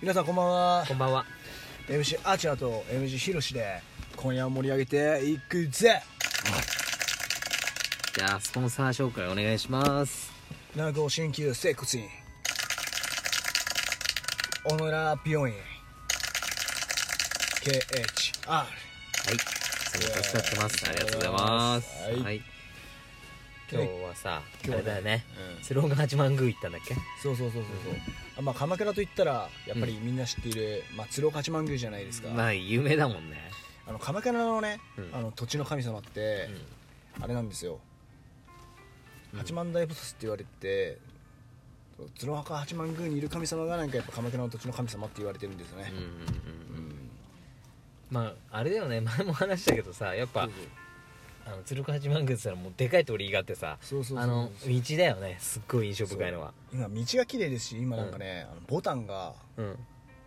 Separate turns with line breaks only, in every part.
皆さんこんばんは
こんばんは
MC アーチャーと MC ヒロシで今夜を盛り上げていくぜ
じゃあスポンサー紹介お願いします
名護鍼灸整骨院小野寺病院 KHR
はいその助かってますありがとうございます
はい
今日はさ
今
今
日はね
日だよね、
うん
スローが8万宮行ったんだっけ
そうそうそうそうそうあまあ鎌倉といったらやっぱりみんな知っている、まあ、鶴岡八幡宮じゃないですか、
まあ有名だもんね
あの鎌倉のね、
うん
あの土地の神様って、あれなんですよ、
うん
八幡大菩薩って言われてそう鶴岡八幡宮にいる神様がなんかやっぱ鎌倉の土地の神様って言われてるんですよね
うん、うんうんうんまああれだよね前も話したけどさやっぱ、
そう
あの鶴岡八幡宮って言ったらもうでかい鳥居があってさ
そうそうそうそう
あの道だよねすっごい印象深いのは
今道が綺麗ですし今なんかね、あのボタンが
うん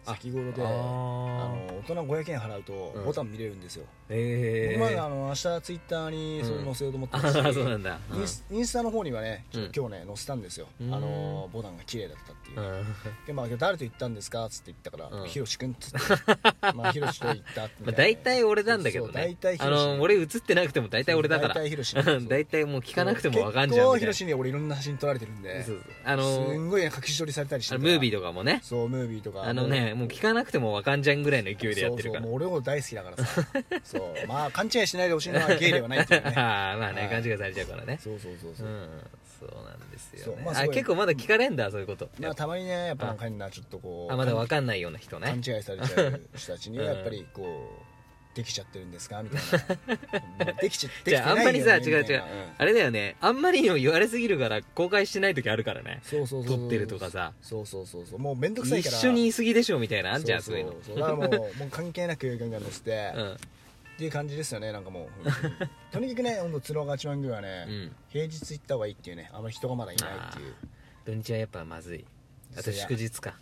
先頃で
あ
あ
ー
の大人500円払うと
うん
ボタン見れるんですよ、
ええ
僕まだあの明日ツイッターにそれ載せようと思って
あ
ますし、
あそうなんだ、うん
インスインスタの方にはね、きょ
うん
今日ね載せたんですよ、
うん
あのボタンが綺麗だったっていう、
うん
でまあ、誰と行ったんですかっつって言ったから「
うん
ひろし君」っ つって「まあひろしと行った」って
まあ、大体俺なんだけど
そう
ね
大体ひ
あ
ろし
の俺映ってなくても大体俺だから
大体ひろし
うん 大体もう聞かなくてもわかんじゃん
そう結
みたい
構
な
ひろしに俺いろんな写真撮られてるんで
そうそうあ
す
の
んごいね隠し撮りされたりして
あの
る
ムービー
と
とかもね
そうムービーとか
あのねもう聞かなくてもわかんじゃんぐらいの勢いでやってるか
そうそ
ら
うもう俺のこと大好きだからさそうまあ勘違いしないでほしいのはゲイではないっていう ね
あー まあね
はい
勘違いされちゃうからね
そうそうそう
う
そう、
んそうなんですよ
そう
ね
まあす
あ
ごい
結構まだ聞かれんだそういうこと
まあ、たまにねやっぱなんか変なちょっとこう
あまだわかんないような人
勘
ね
違いされちゃう人たちに
うん
やっぱりこうできちゃってるんですかみたいな もうできちゃで
じ
きて
ゃああ
なんい
まり
よ
さ
ね
違う違
みたいうなうん
あれだよねあんまりにも言われすぎるから公開してない時あるからね
そうそうそう
撮ってるとかさ
そうそうそうそうもうめんどくさい
一
から
緒にいすぎでしょみたいなあんじゃん
そ
そうう
そ
い
そ
ううの
うだからもうもう関係なくガンガン乗せて、
う
っ
ん
ていう感じですよねなんかもう、うん とにかくね本当鶴岡八幡宮はね、
うん
平日行った方がいいっていうねあんまり人がまだいないっていう
土日はやっぱまずいあ
そ
と
りゃ
祝日か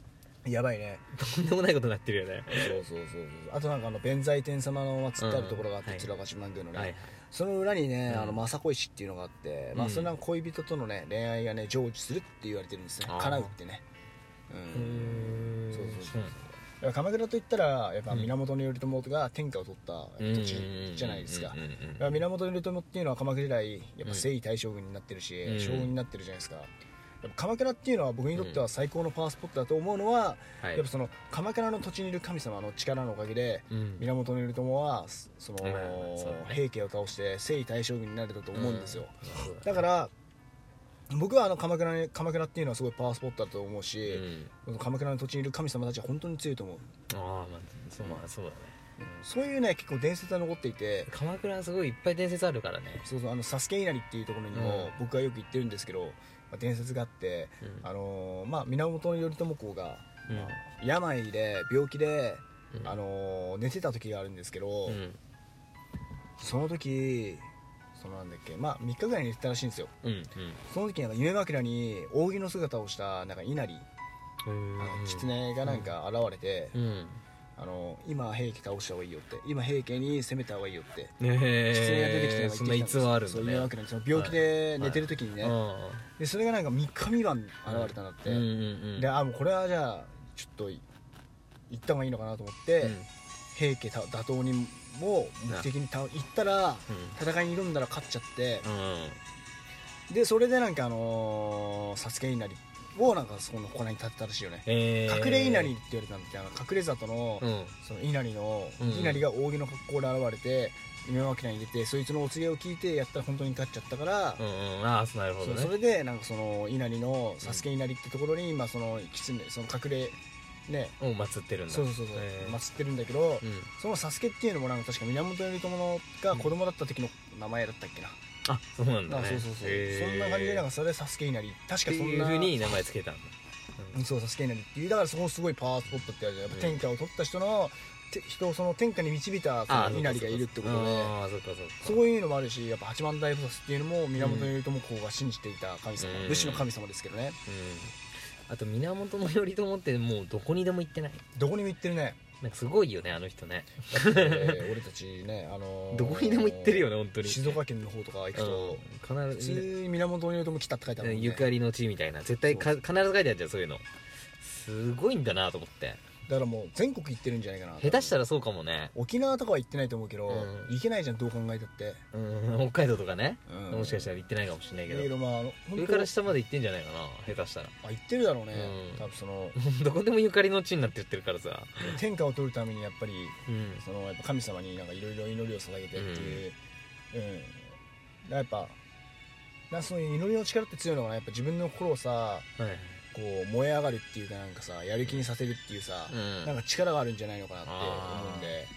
やばいね
とんでもないことになってるよね
そうそうそうそうあとなんかあの弁財天様のお祭ってあるところがあって、
うんはい
鶴岡八幡宮のね、
はいはい
その裏にね、
うん
あの政子石っていうのがあって、まあ
うん
それなんか恋人とのね恋愛がね成就するって言われてるんですね
あー
叶うってねうん
へー
そうそうそうそうだから鎌倉といったらやっぱ源頼朝が天下を取った
うん
土地じゃないですか
うんうんうんうん
だから源頼朝っていうのは鎌倉時代やっぱ征夷大将軍になってるし、
うん
将軍になってるじゃないですかやっぱ鎌倉っていうのは僕にとっては最高のパワースポットだと思うのは、
はい
やっぱその鎌倉の土地にいる神様の力のおかげで、
うん
源頼朝はそその、
まあまあそうだね
平家を倒して征夷大将軍になれたと思うんですよ、
そう
だ
だ
から僕はあの鎌倉に鎌倉っていうのはすごいパワースポットだと思うし、
うん
鎌倉の土地にいる神様たちは本当に強いと思う、
ああまあそうまあそうだね
そういうね結構伝説が残っていて
鎌倉はすごいいっぱい伝説あるからね
そうそうあのサスケ稲荷っていうところにも
うん
僕はよく行ってるんですけど、まあ伝説があって、
うん
あのーまあ、源頼朝公が、
うん
まあ病で病気で、
うん
あのー寝てた時があるんですけど、
うん
その時そのなんだっけ、まあ、3日ぐらい寝てたらしいんですよ
うん
その時なんか夢枕に扇の姿をしたなんか稲荷、
うん
あの狐がなんか現れて、
うん
あの今平家倒した方がいいよって今平家に攻めた方がいいよって
ね
狐が出てきたのが言ってきたん
え
です
そんな逸話ある
そうん夢
だね
枕にその病気で
い
寝てる時にね、
うん
でそれがなんか3日三晩現れたんだって、
うんうんうん
であもうこれはじゃあちょっとい行った方がいいのかなと思って、
うん
平家打打倒にも目的にた行ったら、
う
戦いに挑んだら勝っちゃって、
うん
でそれでなんかあのー、サスケ稲荷をなんかそこの粉に立てたらしいよね、
えー
隠れ稲荷って言われたんだってあの隠れ里の,、
うん
その稲荷の、
うん
稲荷が扇の格好で現れて夢枕に出てそいつのお告げを聞いてやったら本当に勝っちゃったから、
うんうんああそうなるほ
そ
ど
う
ね
それでなんかその稲荷のサスケ稲荷ってところに今その狐その隠れね
を祀ってるんだ
そうそうそうそう、
えー
祀ってるんだけど、
うん
そのサスケっていうのもなんか確か源頼朝が子供だった時の名前だったっけな、
あそうなんだ
あ
ね
そうそうそう、
へー
そんな感じでなんかそれでサスケ稲荷確
っ
かそ
て
ん
いう
な
ふうに名前つけたんだ
うんそうサスケ稲荷っていうだからそこすごいパワースポットってあるじゃんやっぱ天下を取った人の、て人をその天下に導いたそ
ああ
の稲荷がいるってことで
ああそっかそっか
そういうのもあるしやっぱ八幡大菩薩っていうのも源頼朝公が信じていた神様、
うん
武士の神様ですけどね
うんあと源頼朝ってもうどこにでも行ってない
どこにも行ってる ね
なんかすごいよねあの 人ね
だって俺たちね、あのー
どこにでも行ってるよね本当に
静岡県の方とか行くと、
うん
普
必ず
通に源頼朝来たって書いてあるもんね
ゆかりの地みたいな絶対か必ず書いてあるじゃんそういうのすごいんだなと思って
だからもう全国行ってるんじゃないかな
下手した
ら
らそうかもね
沖縄とかは行ってないと思うけど、
うん
行けないじゃんどう考えたって
うん北海道とかね、
うん
もしかしたら行ってないかもしれない
だ
け
けど
ど
まああの
上
本当
から下まで行ってんじゃないかな下手したら
あ行ってるだろうね、
うん
多分そ の
どこでもゆかりの地になって言ってるからさ
天下を取るためにやっぱり
うん
そのやっぱ神様になんかいろいろ祈りを捧げてっていう、うんだからやっぱなんかその祈りの力って強いのかなやっぱ自分の心をさ
はい
こう燃え上がるっていうかなんかさやる気にさせるっていうさ、
うん
なんか力があるんじゃないのかなって思うんで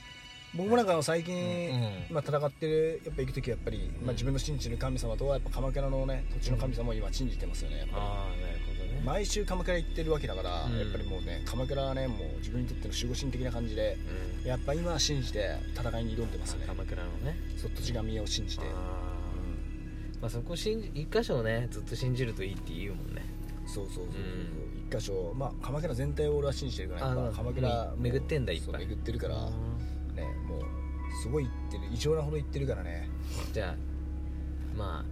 僕もなんかあの最近、
うん
まあ、戦ってるやっぱ行く時はやっぱり、まあ、自分の信じてる神様とはやっぱ鎌倉のね土地の神様を今信じてますよねやっぱり
ああなるほどね
毎週鎌倉行ってるわけだから、
うん
やっぱりもうね鎌倉はねもう自分にとっての守護神的な感じで
うん
やっぱ今は信じて戦いに挑んでますね
鎌倉のね
そっと地神を信じて、
あ
う
ー
ん
まあそこ信じ一箇所をねずっと信じるといいって言うもんね
そうそうそうそう
う
一箇所まあ鎌倉全体を俺は信じてるから
あ
やっぱ
まあ
鎌倉
うん巡ってんだ
い
いっぱい
巡ってるから
あ
ね
ー
もうすごい行ってる異常なほど行ってるからね
じゃあま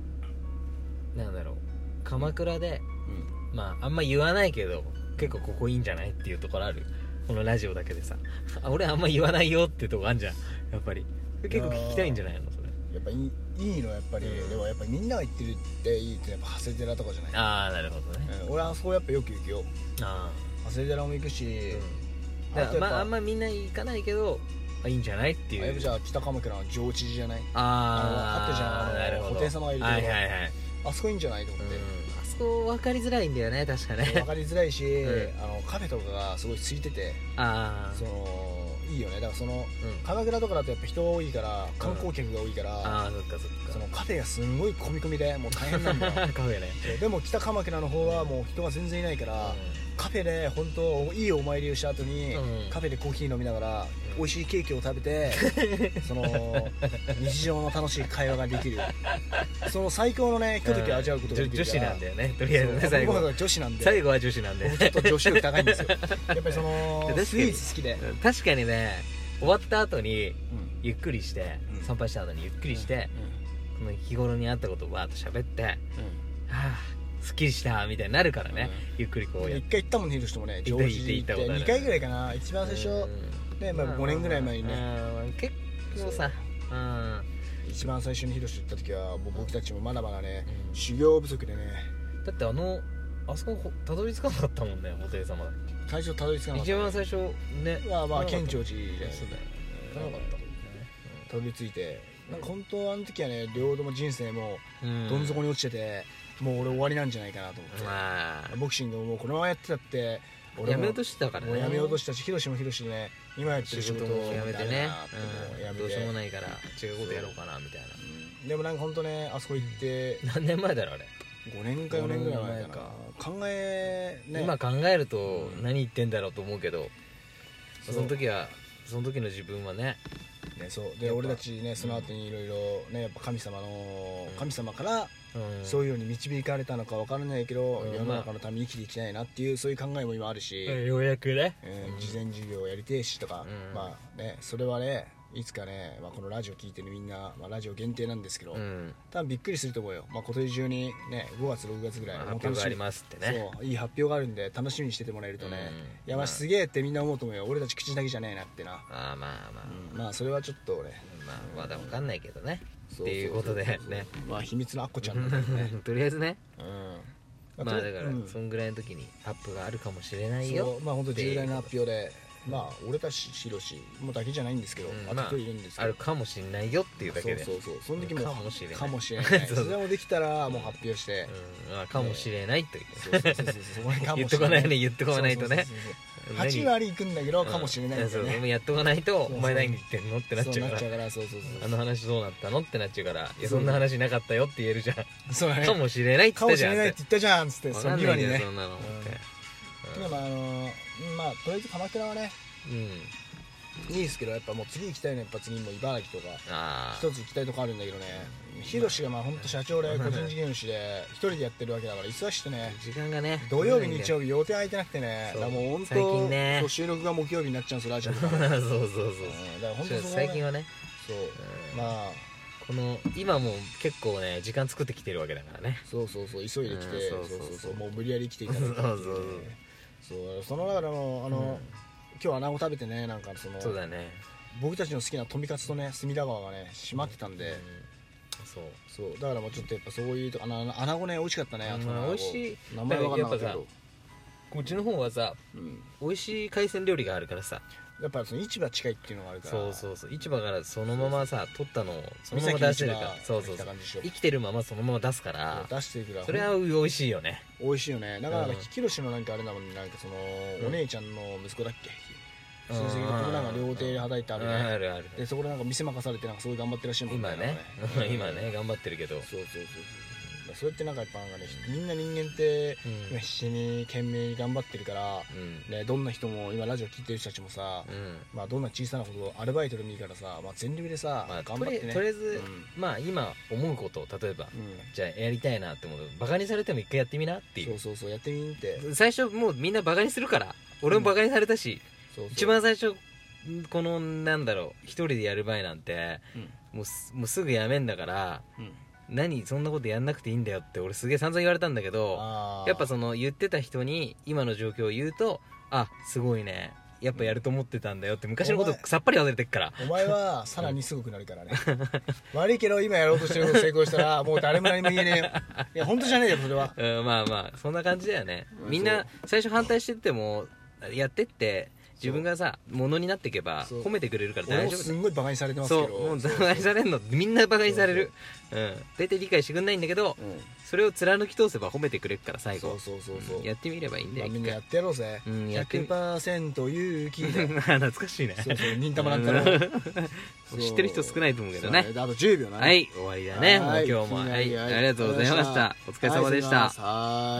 あなんだろう鎌倉で
うん
まああんま言わないけど結構ここいいんじゃないっていうところあるこのラジオだけでさあ俺あんま言わないよってとこあんじゃんやっぱり結構聞きたいんじゃないのそれ
やっぱいいいいのやっぱり、
うん
でもやっぱみんなが行ってるっていいってやっぱ長谷寺とかじゃない、
ああなるほどね
うん、俺はそこやっぱよく行くよ
あ
長谷寺も行くし、
あ、
あ
うん、だ
と
か
や
ら
っぱ
まああんまみんな行かないけどあいいんじゃないってい
あやっぱ
う
じゃあ北鎌倉の上知事じゃない
あ
あのあったじゃんあの
なるほ
布
ど
袋様がいるとこ
はいはいはい、
あそこいいんじゃないと思って、
あそこ分かりづらいんだよね確か
分
ね
かりづらいし、
うん
あのカフェとかがすごい空いてて
あ
そのいいよねだからその
あ、うん、
鎌倉とかだとやっぱ人多いから観光客が多いから、
ああそっかそっ
そ
か
のカフェがすんごい混み込みでもう大変なんだ よ
カフェね
そうでも北鎌倉の方はもう人が全然いないから、カフェで本当いいお参りをした後に、
うん
カフェでコーヒー飲みながら、
うん
美味しいケーキを食べて その日常の楽しい会話ができるその最高のねひとときを味わうことができ
女
る
子
から
なんだよねとりあえずね
そう
最
僕
後
は女子なんで
最後は女子なんで
僕ちょっと女子力高いんですよやっぱりその
確かに
スイーツ好きで、
確かにね終わった後に
うん
ゆっくりして、
うん
参拝した後にゆっくりして、その日頃にあったことをわーっと喋って、はあすっきりしたみたいになるからね、ゆっくりこ
うん
う
で
やっ
一
て
回行ったもんねいる人もね上司
行
行
っ
って
た行った行ったことある
2回ぐらいかな一番最初ねまあ5年ぐらい前にね
ね結構さうん
一番最初にヒロシ行った時はもう僕たちもまだまだね
うん
修行不足でね
だってあのあそこほたどり着かなかったもんね布袋様だ
会場たどり着かなかっ
一
た
番最初ね
まあまあ
来なか
県
った
庁寺で
そうだよ
な
行
んか
かなかった
たどり着いてなんか本当あの時はね両方とも人生も
もんね
うどん底
に
に落ちててもう俺終わりなんじゃないかなと思って
まあ
ボクシングをもうこのままやってたって俺
や
も
めようとしてたから
もう
ね
やめようとしたたしヒロシもヒロシでね今やってる
仕
仕事
事
を
もやめてね
もうや
う
めて
んどうしようもないから違うことやろうかなみたいな
うんでもなんか本当ねあそこ行って
何年前だろうあれ
5年か4年ぐらい前
五年
かな考
ぐら
えね
今考えると
うん
何言ってんだろうと思うけど
そう
その時はその時の自分はね
ねそうで
やっぱ
俺たちねその後にいろいろねやっぱ神様の
うん
神様から
うん
そういうように導かれたのか分からないけど
うん
世の中のために生きていきたいなっていうそういう考えも今あるし
うんようやくね
えー事前授業をやりてえしとか、
うん
まあねそれはねいつかね、まあ、このラジオ聞いてるみんな、まあ、ラジオ限定なんですけど、
うん
多分びっくりすると思うよ、まあ、今年中にね5月6月ぐらい
まあ
もう
発表があり
楽
ますって
しみ
ね
そういい発表があるんで楽しみにしててもらえるとね、
うん
いやまあすげえってみんな思うと思うよ俺たち口だけじゃねえなってな、
まあまあまあ
うんまあそれはちょっと俺
まあまだわかんないけどね
そうそうそう
っていうことで ね
まあ秘密のアッコちゃんなんだけど ね
とりあえずね
うん
まあ
と
だから
うん
そんぐらいの時にアップがあるかもしれない
そ
よ
うまあ本当重大な発表でまあ俺たちヒロシもだけじゃないんですけど、
うん
あと一人いるんですけ
あ
ど
るかもしれないよっていうだけで
そうそうそうその時も
かもしれない
かもしれない
そ
そう
そう
れもできたらもう発表して、
うんまあかもしれないという
そうそうそうそうそこにかもしれ
言っとかないね言っとかないとね
そうそうそうそう
何
8割いくんだけどかもしれないんだよ
うんそう
ね、
やっとかないと
そう
お前何言ってんのってなっ
そう
ち
な
ゃう
っ
か
ちゃう
ら
からそうそうそう
あの話どうなったのってなっちゃうからいや
そう
そんな話なかったよって言えるじゃん
そう だね
かもしれないって
か
言
も
った
し
じゃん
れないって言ったじゃんっつって
わ
そ
か
の
ん
2
ない
割
んだよ
ね
そんなのって
でもまああのーまあとりあえず鎌倉はね
うん
いいですけどやっぱもう次行きたいのはやっぱ次もう茨城とか
ああ
一つ行きたいとこあるんだけどねヒロシがまあ本当社長で個人事業主で一人でやってるわけだから忙しくてね
時間がね
土曜日日曜日予定空いてなくてね
そう
だからもう本当
最近ね
そう収録が木曜日になっちゃうんですよ ラジオとか
そうそうそう
う
そうん
だから本当そこはね
最近はね
そう
うん
まあ
この今もう結構ね時間作ってきてるわけだからね
そうそうそう急いできて
う
そ
ん
う
そう
そ
そ
うそ
う そう
うもう無理やり来ていただいて
そうそう
そうその中でもあの今日穴子食べてねなんかその
そうだね
僕たちの好きなとんかつとね隅田川がね閉まってたんで、
うんそう
そうだからもうちょっとやっぱそういうとあのあの穴子ね美味しかったね
うん
あとの
美味しい
名前わかんなかったけ
だからや
ど
っこっちの方はさ
うん
美味しい海鮮料理があるからさ
やっぱその市場近いっていうのがあるから
そうそうそう市場からそのままさ取ったのをそのまま
岬
出
の
し
市
てる
場
から
そ
そうう
そ
そう
そ
うそうう
感じでしょ
生きてるままそのまま出すから
出していくら
それは美味しいよね
美味しいよねだからなんか
うん
ヒロシのなんかあれだもんねなんかその、
うん
お姉ちゃんの息子だっけ
うん
親戚の子もなんか両手ではたいてあるね
あるある
でそこでなんか店任されてなんかすごい頑張ってらっしゃるもん
今ね 今ね頑張ってるけど
そうそうそうそうそうやってなんかやっぱなんかねみんな人間って
うん
今必死に懸命に頑張ってるから、
うん
ね、どんな人も今ラジオ聞いてる人たちもさ、
うん
まあ、どんな小さなことアルバイトでもいいからさ、まあ、全力でさ、
まあ
頑
と
張っ
り
てね
とりあえ
うん
ずまあ今思うこと例えば
うん
じゃあやりたいなって思うとバカにされても一回やってみなってい
そう
う
そうそうやってみんって
最初もうみんなバカにするから俺もバカにされたし
そうそう
一番最初このなんだろう一人でやる前なんて
うん
もうすもうすぐやめんだから
うん
何そんなことやんなくていいんだよって俺すげえ散々言われたんだけど
あー
やっぱその言ってた人に今の状況を言うとあすごいねやっぱやると思ってたんだよって昔のこ
お
と
前
さっぱり忘れてっから
お前はさらにすごくなるからね 悪いけど今やろうとしてること成功したらもう誰も何も言えねえよ いや本当じゃねえよそれは
うんまあまあそんな感じだよね
うん
みんな最初反対しててもやってって自分がさものになっていけば
そう
褒めてくれるから
俺
大
も
丈夫
すんごいバカにされてますけ
そ
ど
うもうバカにされんのみんなバカにされるうん大体理解してくんないんだけど
うん
それを貫き通せば褒めてくれるから最
そ
後
うそうそうそう
うんやってみればいいんだ
まあ
よ
み
一
んなや
回
ってやろうぜ
うんやってみ
100%勇気で
懐かしいね
そうそう忍たまなんだろうそう
知ってる人少ないと思うけど
そ
ね
うだあと10秒な
はい終わりだねも
はいう
今日も
気に
は
なり
いありがとうございましたお疲れ様
はい失礼
でした
しますはい